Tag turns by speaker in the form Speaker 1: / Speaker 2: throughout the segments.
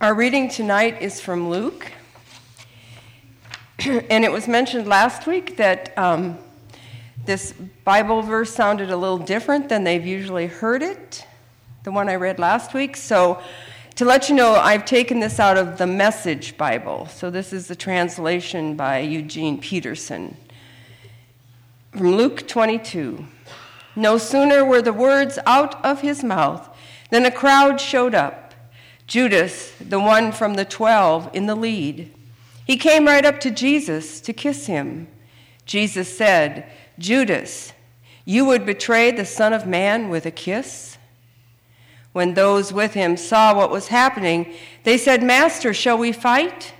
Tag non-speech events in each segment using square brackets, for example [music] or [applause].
Speaker 1: Our reading tonight is from Luke. [clears throat] and it was mentioned last week that um, this Bible verse sounded a little different than they've usually heard it, the one I read last week. So, to let you know, I've taken this out of the Message Bible. So, this is the translation by Eugene Peterson from Luke 22. No sooner were the words out of his mouth than a crowd showed up. Judas, the one from the twelve, in the lead. He came right up to Jesus to kiss him. Jesus said, Judas, you would betray the Son of Man with a kiss? When those with him saw what was happening, they said, Master, shall we fight?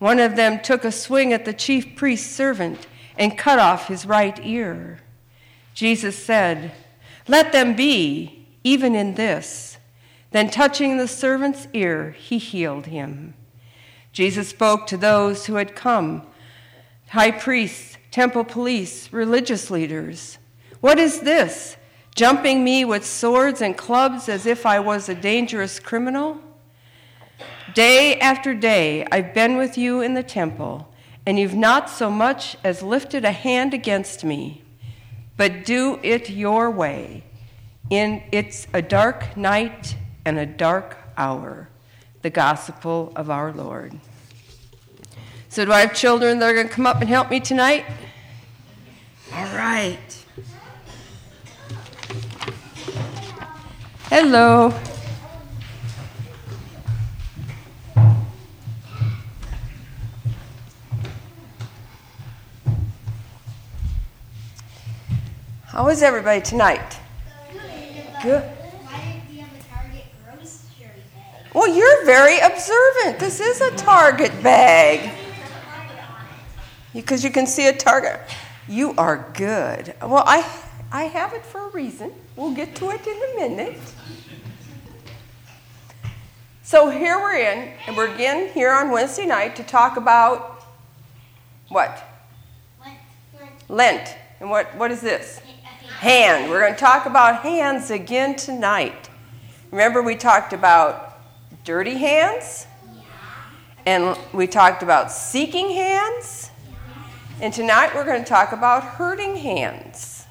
Speaker 1: One of them took a swing at the chief priest's servant and cut off his right ear. Jesus said, Let them be, even in this. Then, touching the servant's ear, he healed him. Jesus spoke to those who had come high priests, temple police, religious leaders. What is this? Jumping me with swords and clubs as if I was a dangerous criminal? Day after day, I've been with you in the temple, and you've not so much as lifted a hand against me. But do it your way. In it's a dark night and a dark hour. The gospel of our Lord. So, do I have children that are going to come up and help me tonight? All right. Hello. How is everybody tonight? Good. Well, you're very observant. This is a Target bag. Because you can see a Target. You are good. Well, I, I have it for a reason. We'll get to it in a minute. So here we're in, and we're again here on Wednesday night to talk about what? Lent. And what, what is this? Hand. We're going to talk about hands again tonight. Remember, we talked about dirty hands, and we talked about seeking hands, and tonight we're going to talk about hurting hands.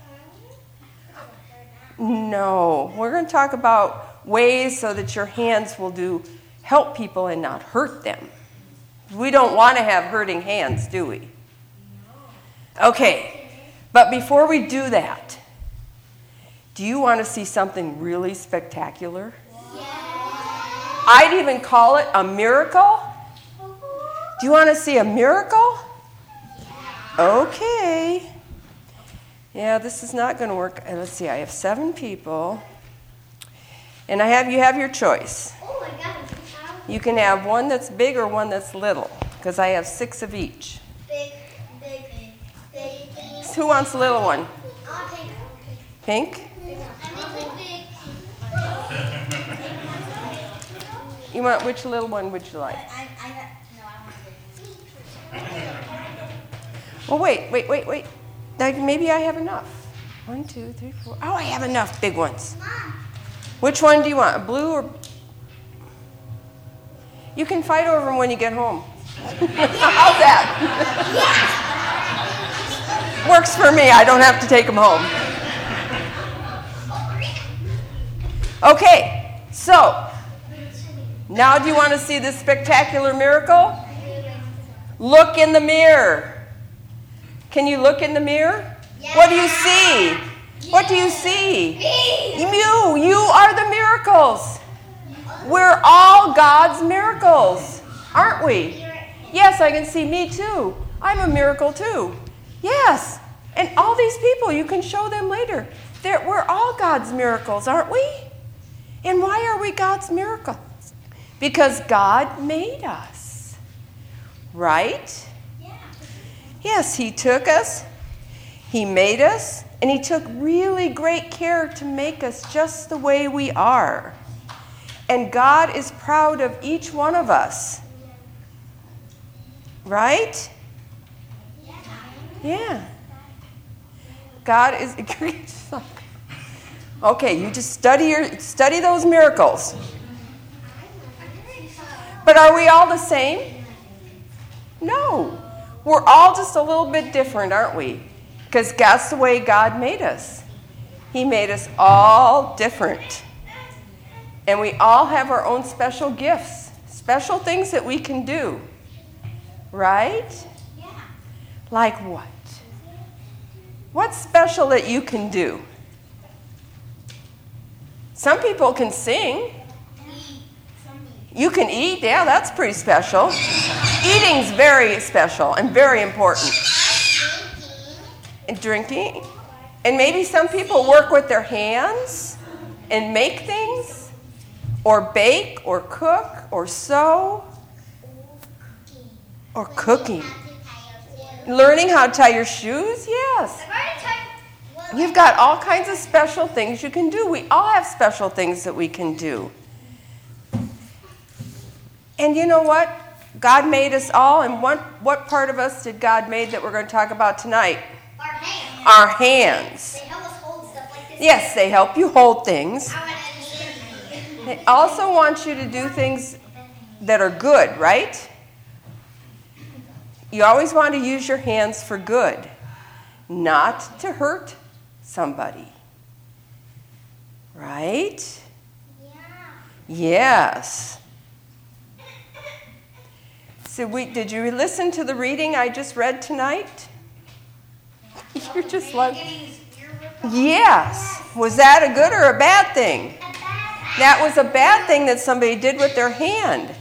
Speaker 1: No, we're going to talk about ways so that your hands will do help people and not hurt them. We don't want to have hurting hands, do we? Okay, but before we do that, do you want to see something really spectacular? I'd even call it a miracle. Do you want to see a miracle? Okay. Yeah, this is not going to work. Uh, Let's see, I have seven people. And I have you have your choice. You can have one that's big or one that's little, because I have six of each. Who wants the little one? Pink? You want which little one would you like? Well, wait, wait, wait, wait. Like, maybe I have enough. One, two, three, four. Oh, I have enough big ones. Which one do you want? A blue or? You can fight over them when you get home. [laughs] How's that? [laughs] Works for me. I don't have to take them home. Okay, so now do you want to see this spectacular miracle? Look in the mirror. Can you look in the mirror? What do you see? What do you see? You, you are the miracles. We're all God's miracles, aren't we? Yes, I can see me too. I'm a miracle too. Yes, and all these people, you can show them later. They're, we're all God's miracles, aren't we? And why are we God's miracles? Because God made us, right? Yes, He took us, He made us, and He took really great care to make us just the way we are. And God is proud of each one of us, right? Yeah. God is. [laughs] okay, you just study your study those miracles. But are we all the same? No. We're all just a little bit different, aren't we? Because that's the way God made us. He made us all different. And we all have our own special gifts, special things that we can do. Right? Like what? What's special that you can do? Some people can sing. You can eat, yeah, that's pretty special. Eating's very special and very important. And drinking. And maybe some people work with their hands and make things, or bake, or cook, or sew, or cooking. Learning how to tie your shoes, yes. You've got all kinds of special things you can do. We all have special things that we can do. And you know what? God made us all, and what, what part of us did God made that we're going to talk about tonight?
Speaker 2: Our hands.
Speaker 1: Our hands.
Speaker 2: They help us hold stuff like this.
Speaker 1: Yes, they help you hold things.
Speaker 2: I want to understand.
Speaker 1: They also want you to do things that are good, right? You always want to use your hands for good, not to hurt somebody. Right?
Speaker 2: Yeah.
Speaker 1: Yes. So we, did you listen to the reading I just read tonight? [laughs] You're just like, yes. Was that a good or a bad thing? That was a bad thing that somebody did with their hand.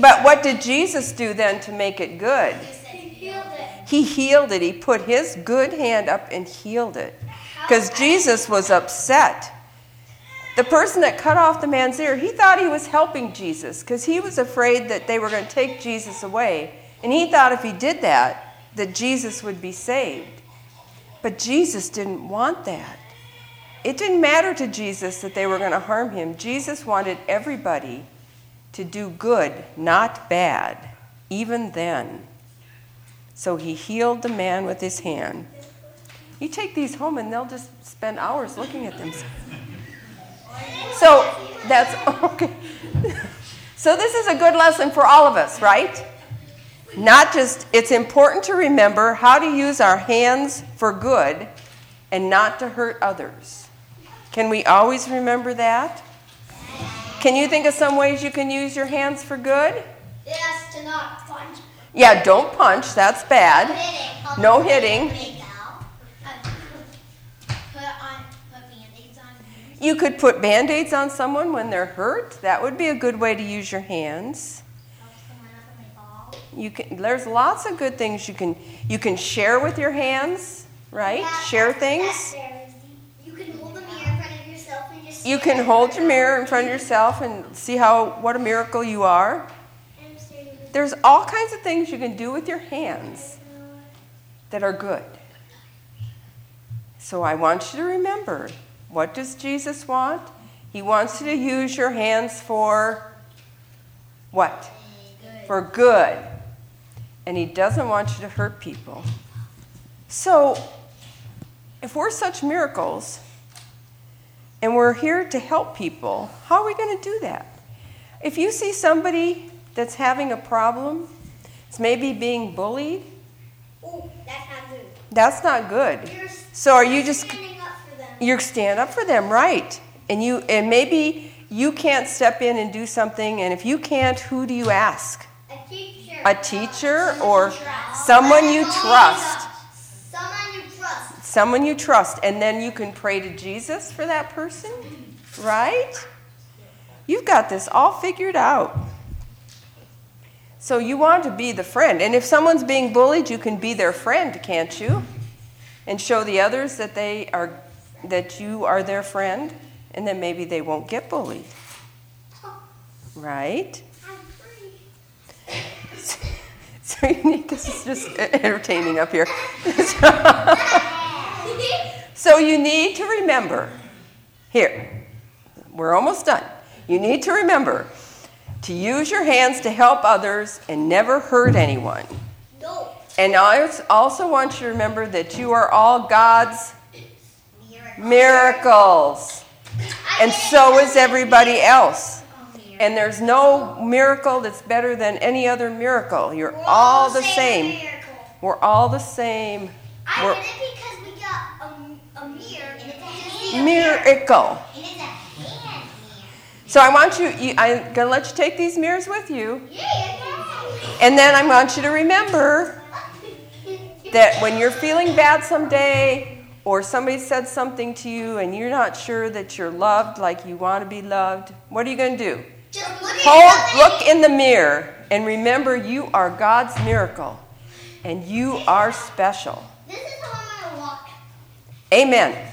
Speaker 1: But what did Jesus do then to make it good? He healed it. He put his good hand up and healed it. Because Jesus was upset. The person that cut off the man's ear, he thought he was helping Jesus because he was afraid that they were going to take Jesus away. And he thought if he did that, that Jesus would be saved. But Jesus didn't want that. It didn't matter to Jesus that they were going to harm him. Jesus wanted everybody to do good, not bad, even then. So he healed the man with his hand. You take these home and they'll just spend hours looking at them. So that's [laughs] okay. So this is a good lesson for all of us, right? Not just, it's important to remember how to use our hands for good and not to hurt others. Can we always remember that? Can you think of some ways you can use your hands for good?
Speaker 2: Yes, to not punch.
Speaker 1: Yeah, don't punch, that's bad. [laughs]
Speaker 2: Hitting.
Speaker 1: No hitting.
Speaker 2: Big Al. Put on, put Band-Aids on.
Speaker 1: You could put band aids on someone when they're hurt, that would be a good way to use your hands.
Speaker 2: Help someone up in the ball.
Speaker 1: You can, there's lots of good things you can you can share with your hands, right? Share things.
Speaker 2: You can hold the mirror in front of yourself and just.
Speaker 1: You can hold your mirror in front of yourself and see how what a miracle you are. There's all kinds of things you can do with your hands that are good. So I want you to remember, what does Jesus want? He wants you to use your hands for what? For good. And he doesn't want you to hurt people. So if we're such miracles, and we're here to help people, how are we going to do that? If you see somebody that's having a problem, it's maybe being bullied,
Speaker 2: Oh, that's not good.
Speaker 1: that's not good.
Speaker 2: You're
Speaker 1: So are you just
Speaker 2: standing up for them.
Speaker 1: you stand up for them, right? And you and maybe you can't step in and do something and if you can't, who do you ask?
Speaker 2: A teacher.
Speaker 1: A teacher or someone you trust.
Speaker 2: Someone you trust.
Speaker 1: someone you trust, and then you can pray to Jesus for that person, right? You've got this all figured out. So you want to be the friend. And if someone's being bullied, you can be their friend, can't you? And show the others that they are that you are their friend, and then maybe they won't get bullied. Right? [laughs]
Speaker 2: I'm free. [laughs]
Speaker 1: So you need this is just entertaining up here. [laughs] So you need to remember here, we're almost done. You need to remember to use your hands to help others and never hurt anyone.
Speaker 2: no.
Speaker 1: And I als- also want you to remember that you are all God's miracles, and so is everybody else. And there's no miracle that's better than any other miracle. You're all the same.
Speaker 2: Miracle.
Speaker 1: We're all the same.
Speaker 2: I
Speaker 1: We're-
Speaker 2: did it because we got a, a mirror and it's a hand mirror.
Speaker 1: Miracle.
Speaker 2: And it's a hand mirror.
Speaker 1: So I want you, you I'm going to let you take these mirrors with you.
Speaker 2: Yeah,
Speaker 1: And then I want you to remember
Speaker 2: yeah.
Speaker 1: that when you're feeling bad someday or somebody said something to you and you're not sure that you're loved like you want to be loved, what are you going to do?
Speaker 2: Just look at
Speaker 1: Hold,
Speaker 2: something.
Speaker 1: look in the mirror and remember you are God's miracle and you are special.
Speaker 2: This is how I'm gonna walk.
Speaker 1: Amen.